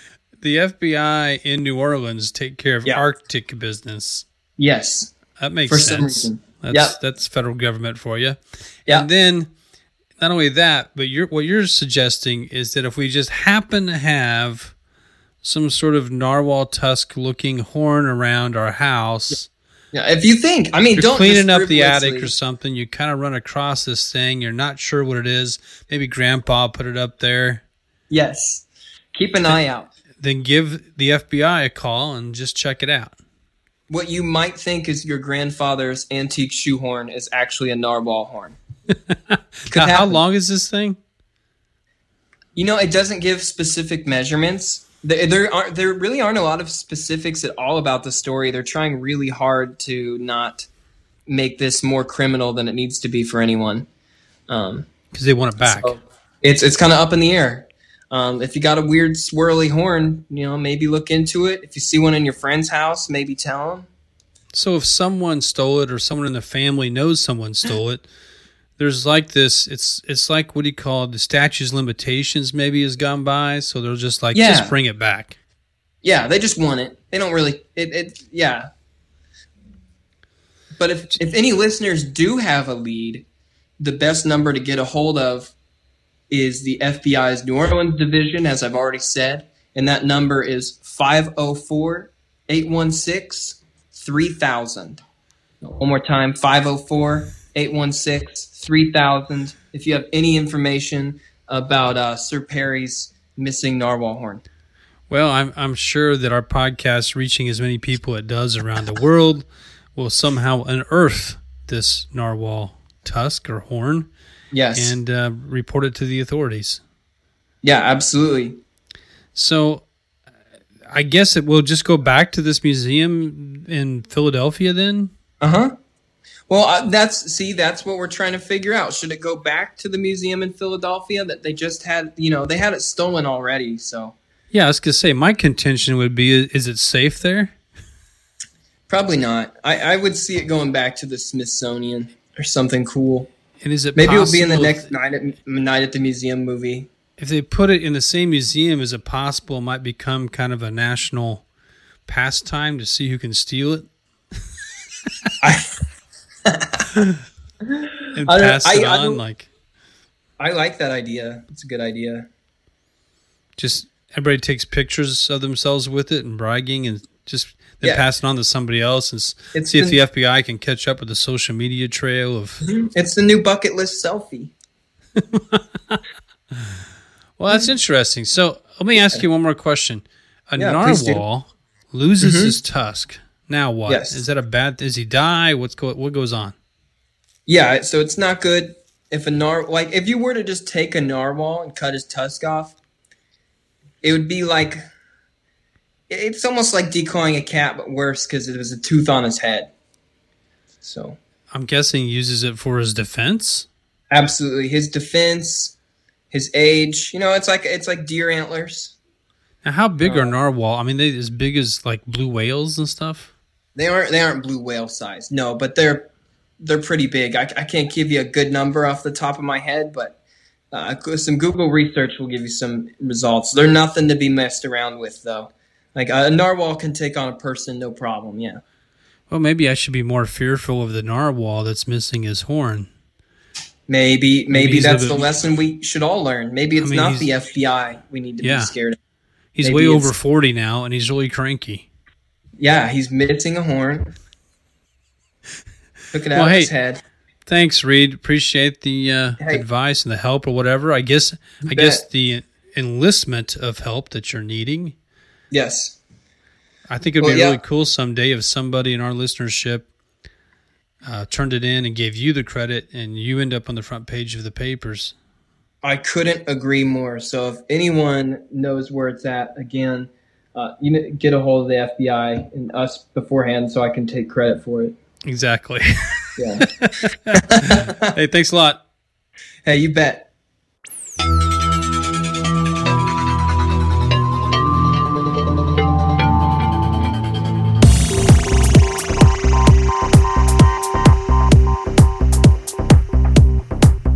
The FBI in New Orleans take care of
Yeah.
Arctic business.
Yes.
That makes
For some
sense.
reason.
That's
Yep.
that's federal government for you.
Yeah.
And then not only that, but you're what you're suggesting is that if we just happen to have some sort of narwhal tusk looking horn around our house,
Yeah. If you think, I mean,
you're
don't
cleaning up the attic
scrupulously-
or something, you kind of run across this thing, you're not sure what it is. Maybe grandpa put it up there.
Yes. Keep an eye out.
Then give the FBI a call and just check it out.
what you might think is your grandfather's antique shoehorn is actually a narwhal horn.
Now, how
happen.
long is this thing?
You know, it doesn't give specific measurements. There, there aren't there really aren't a lot of specifics at all about the story. They're trying really hard to not make this more criminal than it needs to be for anyone. Um,
Because they want it back.
so it's it's kind of up in the air. Um, if you got a weird swirly horn, you know, maybe look into it. If you see one in your friend's house, maybe tell them.
So if someone stole it or someone in the family knows someone stole it, there's like this it's it's like what do you call it? The statue's limitations maybe has gone by, so they'll just like
Yeah.
just bring it back.
Yeah, they just want it. They don't really. It. it yeah. But if if any listeners do have a lead, the best number to get a hold of is the FBI's New Orleans division, as I've already said, and that number is 504 816 3000. One more time 504 816 3000. If you have any information about uh, Sir Perry's missing narwhal horn.
Well, I'm I'm sure that our podcast reaching as many people it does around the world will somehow unearth this narwhal tusk or horn
Yes.
and uh, report it to the authorities.
Yeah, absolutely.
So uh, I guess it will just go back to this museum in Philadelphia then?
Uh huh. Well, uh, that's see, that's what we're trying to figure out. Should it go back to the museum in Philadelphia that they just had? You know, they had it stolen already. So
Yeah, I was gonna say my contention would be: i- is it safe there?
probably not. I, I would see it going back to the Smithsonian or something cool.
And is it
Maybe
possible
it'll be in the next night at night at the museum movie.
If they put it in the same museum, is it possible it might become kind of a national pastime to see who can steal it? and
I don't-
pass it
I- I
on
don't-
like
I like that idea. It's a good idea.
just everybody takes pictures of themselves with it and bragging and just then
Yeah.
pass it on to somebody else and s-
It's
see
been-
if the FBI can catch up with the social media trail of
It's the new bucket list selfie.
Well, that's interesting. So let me ask you one more question. A
Yeah, please do. Mm-hmm.
narwhal loses his tusk. Now what? Is
Yes.
that a bad? Does he die? What's go, what goes on?
Yeah, so it's not good if a nar like if you were to just take a narwhal and cut his tusk off, it would be like it's almost like decoying a cat, but worse because it was a tooth on his head. So
I'm guessing he uses it for his defense.
absolutely, his defense, his age, you know, it's like it's like deer antlers.
Now, how big
Uh.
are narwhal? I mean, they as big as like blue whales and stuff.
They aren't they aren't blue whale size, no, but they're they're pretty big. I, I can't give you a good number off the top of my head, but uh, go- some Google research will give you some results. They're nothing to be messed around with, though. Like a narwhal can take on a person, no problem. Yeah,
Well, maybe I should be more fearful of the narwhal that's missing his horn.
maybe maybe,
he's a
that's
bit-
the lesson we should all learn. Maybe it's
mean,
not
he's-
the FBI we need to
Yeah.
be scared. of.
He's
Maybe
way
it's-
over forty now, and he's really cranky.
Yeah, he's missing a horn. Took it out
Well,
of
hey,
his head.
Thanks, Reed. Appreciate the uh,
Hey.
advice and the help or whatever. I guess I
bet.
guess the enlistment of help that you're needing.
Yes.
I think it'd
Well,
be
yeah.
really cool someday if somebody in our listenership uh, turned it in and gave you the credit, and you end up on the front page of the papers.
I couldn't agree more. So if anyone knows where it's at, again, uh, you know, get a hold of the FBI and us beforehand so I can take credit for it.
Exactly.
Yeah.
hey, thanks a lot.
hey, you bet.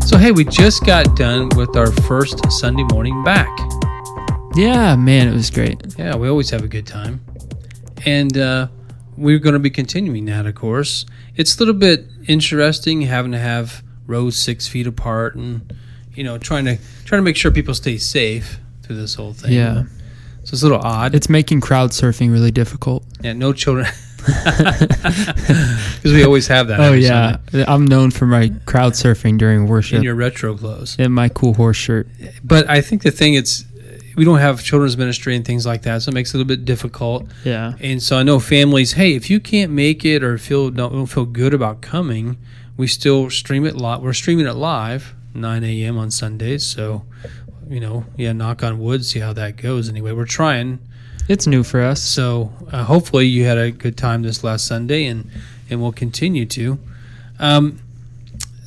So, hey, we just got done with our first Sunday morning back.
Yeah, man, it was great.
Yeah, we always have a good time. And uh, we're going to be continuing that, of course. It's a little bit interesting having to have rows six feet apart and, you know, trying to trying to make sure people stay safe through this whole thing.
Yeah.
So it's a little odd.
It's making crowd surfing really difficult.
Yeah, no children. Because we always have that.
Oh
every
yeah,
Sunday.
I'm known for my crowd surfing during
In
worship
your retro clothes.
and my cool horse shirt.
But I think the thing it's we don't have children's ministry and things like that, so it makes it a little bit difficult.
Yeah,
And so I know families, hey, if you can't make it or feel don't, don't feel good about coming, we still stream it live. We're streaming it live 9 a.m. on Sundays. So, you know, yeah, knock on wood, see how that goes. Anyway, we're trying.
it's new for us.
So uh, hopefully you had a good time this last Sunday, and and we'll continue to. Um,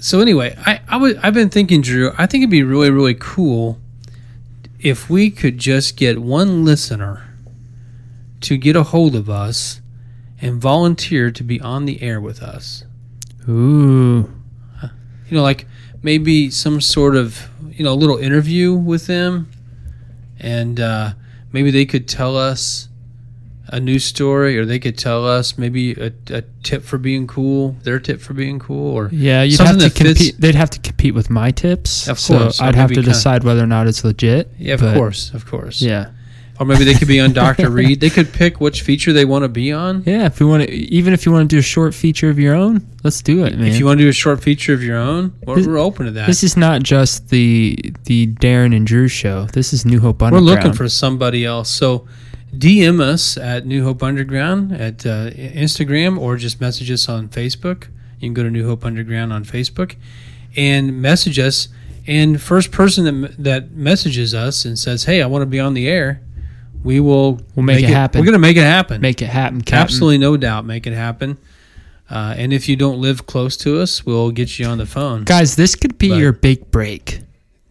so anyway, I I would I've been thinking, Drew. I think it'd be really really cool if we could just get one listener to get a hold of us and volunteer to be on the air with us.
Ooh,
You know, like maybe some sort of you know little interview with them, and uh, maybe they could tell us a news story, or they could tell us maybe a, a tip for being cool, their tip for being cool, or
yeah, you'd
something
have to
that fits-
compete. They'd have to compete with my tips.
Of
so
course,
I'd
I'll
have
be
to
kinda-
decide whether or not it's legit.
Yeah, of
but-
course, of course.
Yeah,
Or maybe they could be on Doctor Reed. They could pick which feature they want to be on.
yeah. If you want to, even if you want to do a short feature of your own, let's do it, man.
If you want to do a short feature of your own, we're,
This-
we're open to that.
this is not just the the Darren and Drew show. This is New Hope
we're
Underground.
looking for somebody else. So DM us at New Hope Underground at uh, Instagram or just message us on Facebook. You can go to New Hope Underground on Facebook and message us. And first person that, that messages us and says, "Hey, I want to be on the air," we will
We'll make it happen.
We're going to make it happen.
make it happen. Captain.
absolutely no doubt, make it happen. Uh, and if you don't live close to us, we'll get you on the phone.
guys. This could be
But-
your big break.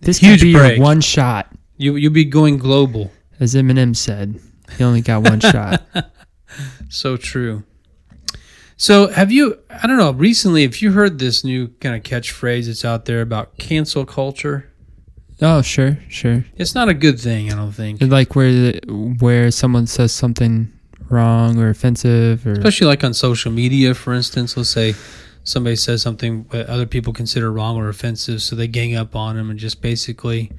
This
Huge
could be
break.
your one shot.
You you'll be going global.
As Eminem said, he only got one shot.
So true. So have you? I don't know. Recently, if you heard this new kind of catchphrase that's out there about cancel culture,
Oh, sure, sure.
it's not a good thing. I don't think,
Like where the, where someone says something wrong or offensive or
especially like on social media, for instance. Let's say somebody says something that other people consider wrong or offensive, so they gang up on them and just basically,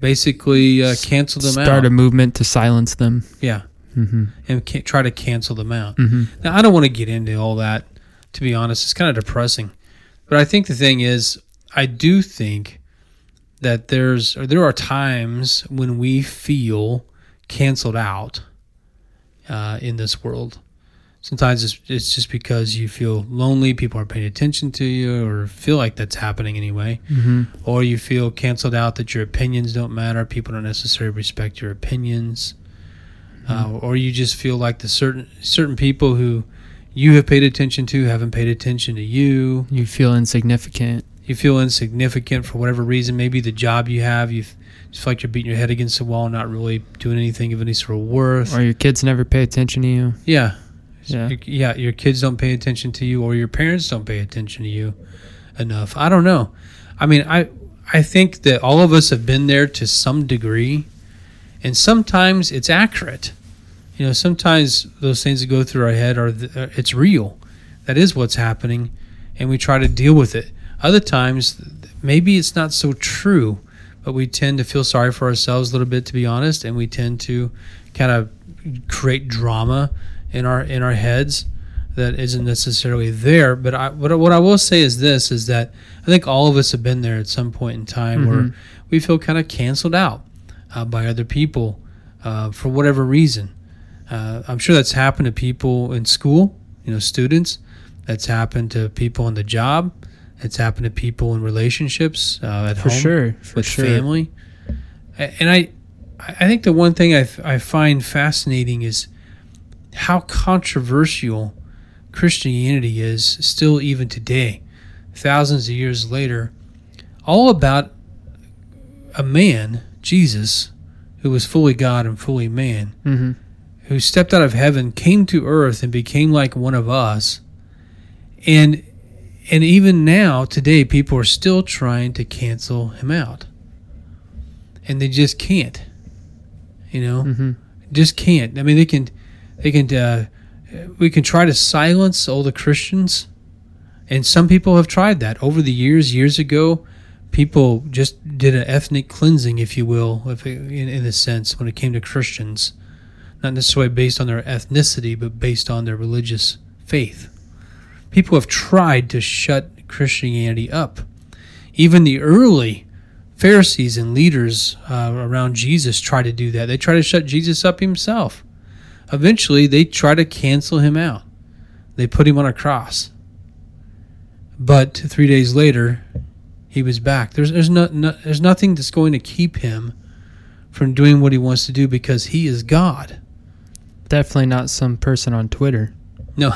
basically uh, cancel them out.
Start a movement to silence them.
Yeah. And can try to cancel them out. Now, I don't want to get into all that, to be honest. It's kind of depressing. But I think the thing is, I do think that there's or there are times when we feel canceled out uh, in this world. Sometimes it's, it's just because you feel lonely, people aren't paying attention to you, or feel like that's happening anyway. Or you feel canceled out that your opinions don't matter, people don't necessarily respect your opinions uh, or you just feel like the certain certain people who you have paid attention to haven't paid attention to you.
You feel insignificant.
You feel insignificant for whatever reason. Maybe the job you have, you f- just feel like you're beating your head against the wall, not really doing anything of any sort of worth.
Or your kids never pay attention to you.
Yeah,
Yeah.
Your, yeah. Your kids don't pay attention to you, or your parents don't pay attention to you enough. I don't know. I mean, I I think that all of us have been there to some degree, and sometimes it's accurate. You know, sometimes those things that go through our head are th- uh, it's real. That is what's happening, and we try to deal with it. Other times, th- maybe it's not so true, but we tend to feel sorry for ourselves a little bit, to be honest, and we tend to kind of create drama in our in our heads that isn't necessarily there. But I, what, I- what I will say is this: is that I think all of us have been there at some point in time where we feel kind of canceled out uh, by other people uh, for whatever reason. Uh, I'm sure that's happened to people in school, you know, students. That's happened to people on the job. It's happened to people in relationships uh, at
For
home
sure. For
with
sure.
family. A- And I, I think the one thing I, f- I find fascinating is how controversial Christianity is still even today, thousands of years later, all about a man, Jesus, who was fully God and fully man,
Mhm.
who stepped out of heaven, came to earth, and became like one of us. And and even now, today, people are still trying to cancel him out, and they just can't. You know, just can't. I mean, they can, they can. Uh, we can try to silence all the Christians, and some people have tried that over the years. Years ago, people just did an ethnic cleansing, if you will, if it, in, in a sense, when it came to Christians, not necessarily based on their ethnicity, but based on their religious faith people have tried to shut Christianity up. Even the early Pharisees and leaders uh, around Jesus try to do that. They try to shut Jesus up himself. Eventually, they try to cancel him out. They put him on a cross. But three days later, he was back. There's there's no, no there's nothing that's going to keep him from doing what he wants to do because he is God.
Definitely not some person on Twitter.
No,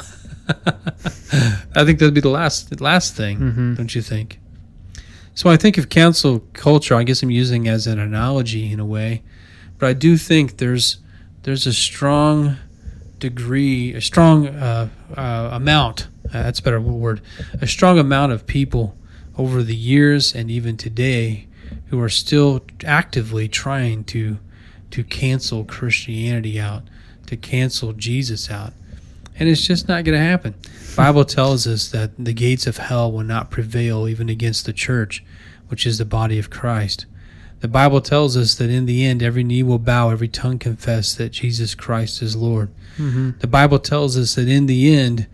I think that'd be the last the last thing, don't you think? So I think of council culture. I guess I'm using as an analogy in a way, but I do think there's there's a strong degree, a strong uh, uh, amount. Uh, that's a better word. A strong amount of people over the years and even today who are still actively trying to to cancel Christianity out, to cancel Jesus out and it's just not going to happen. Bible tells us that the gates of hell will not prevail even against the church, which is the body of Christ. The Bible tells us that in the end every knee will bow, every tongue confess that Jesus Christ is Lord. The Bible tells us that in the end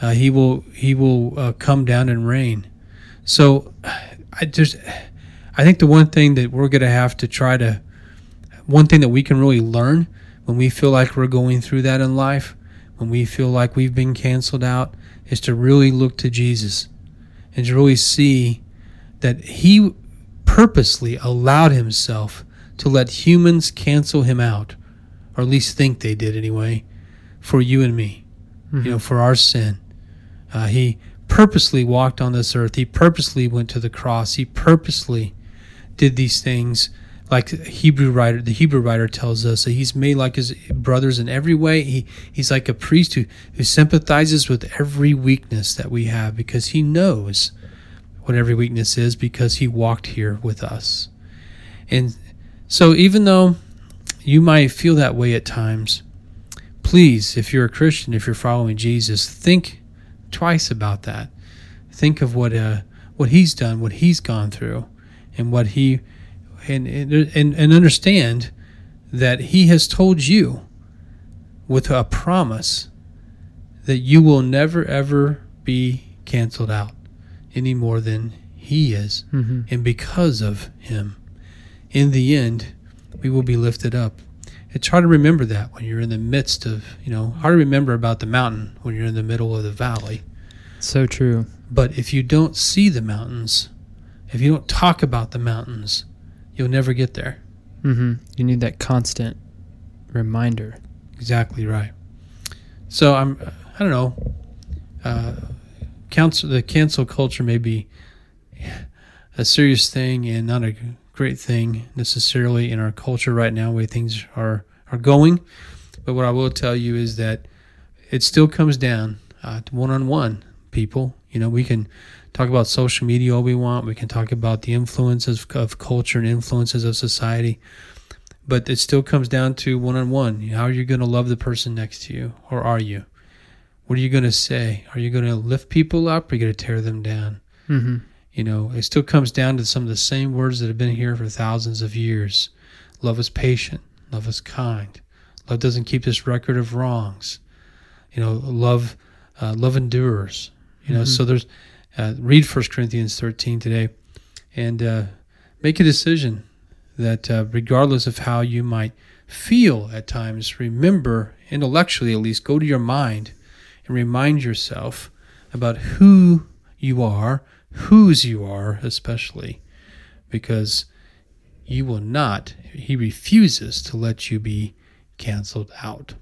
uh, he will he will uh, come down and reign. So I just I think the one thing that we're going to have to try to one thing that we can really learn when we feel like we're going through that in life when we feel like we've been canceled out is to really look to Jesus and to really see that he purposely allowed himself to let humans cancel him out or at least think they did anyway for you and me you know for our sin uh, he purposely walked on this earth he purposely went to the cross he purposely did these things like Hebrew writer the Hebrew writer tells us that he's made like his brothers in every way he he's like a priest who who sympathizes with every weakness that we have because he knows what every weakness is because he walked here with us and so even though you might feel that way at times please if you're a Christian if you're following Jesus think twice about that think of what uh, what he's done, what he's gone through, and what he and and and, and understand that he has told you with a promise that you will never ever be canceled out any more than he is and because of him in the end we will be lifted up it's hard to remember that when you're in the midst of you know hard to remember about the mountain when you're in the middle of the valley
So true.
but if you don't see the mountains if you don't talk about the mountains you'll never get there
hmm You need that constant reminder.
Exactly right. So I'm. I don't know. Uh, council the cancel culture may be a serious thing and not a great thing necessarily in our culture right now, way things are are going. But what I will tell you is that it still comes down uh, to one on one people. You know, we can talk about social media all we want. We can talk about the influences of culture and influences of society but it still comes down to one on one. How are you going to love the person next to you, or are you? What are you going to say? Are you going to lift people up, or are you going to tear them down?
Mm-hmm.
You know, it still comes down to some of the same words that have been here for thousands of years. Love is patient. Love is kind. Love doesn't keep this record of wrongs. You know, love, uh, love endures. You know, so there's uh, read First Corinthians 13 today, and uh, make a decision that uh, regardless of how you might feel at times, remember intellectually at least, go to your mind and remind yourself about who you are, whose you are, especially, because you will not, he refuses to let you be canceled out.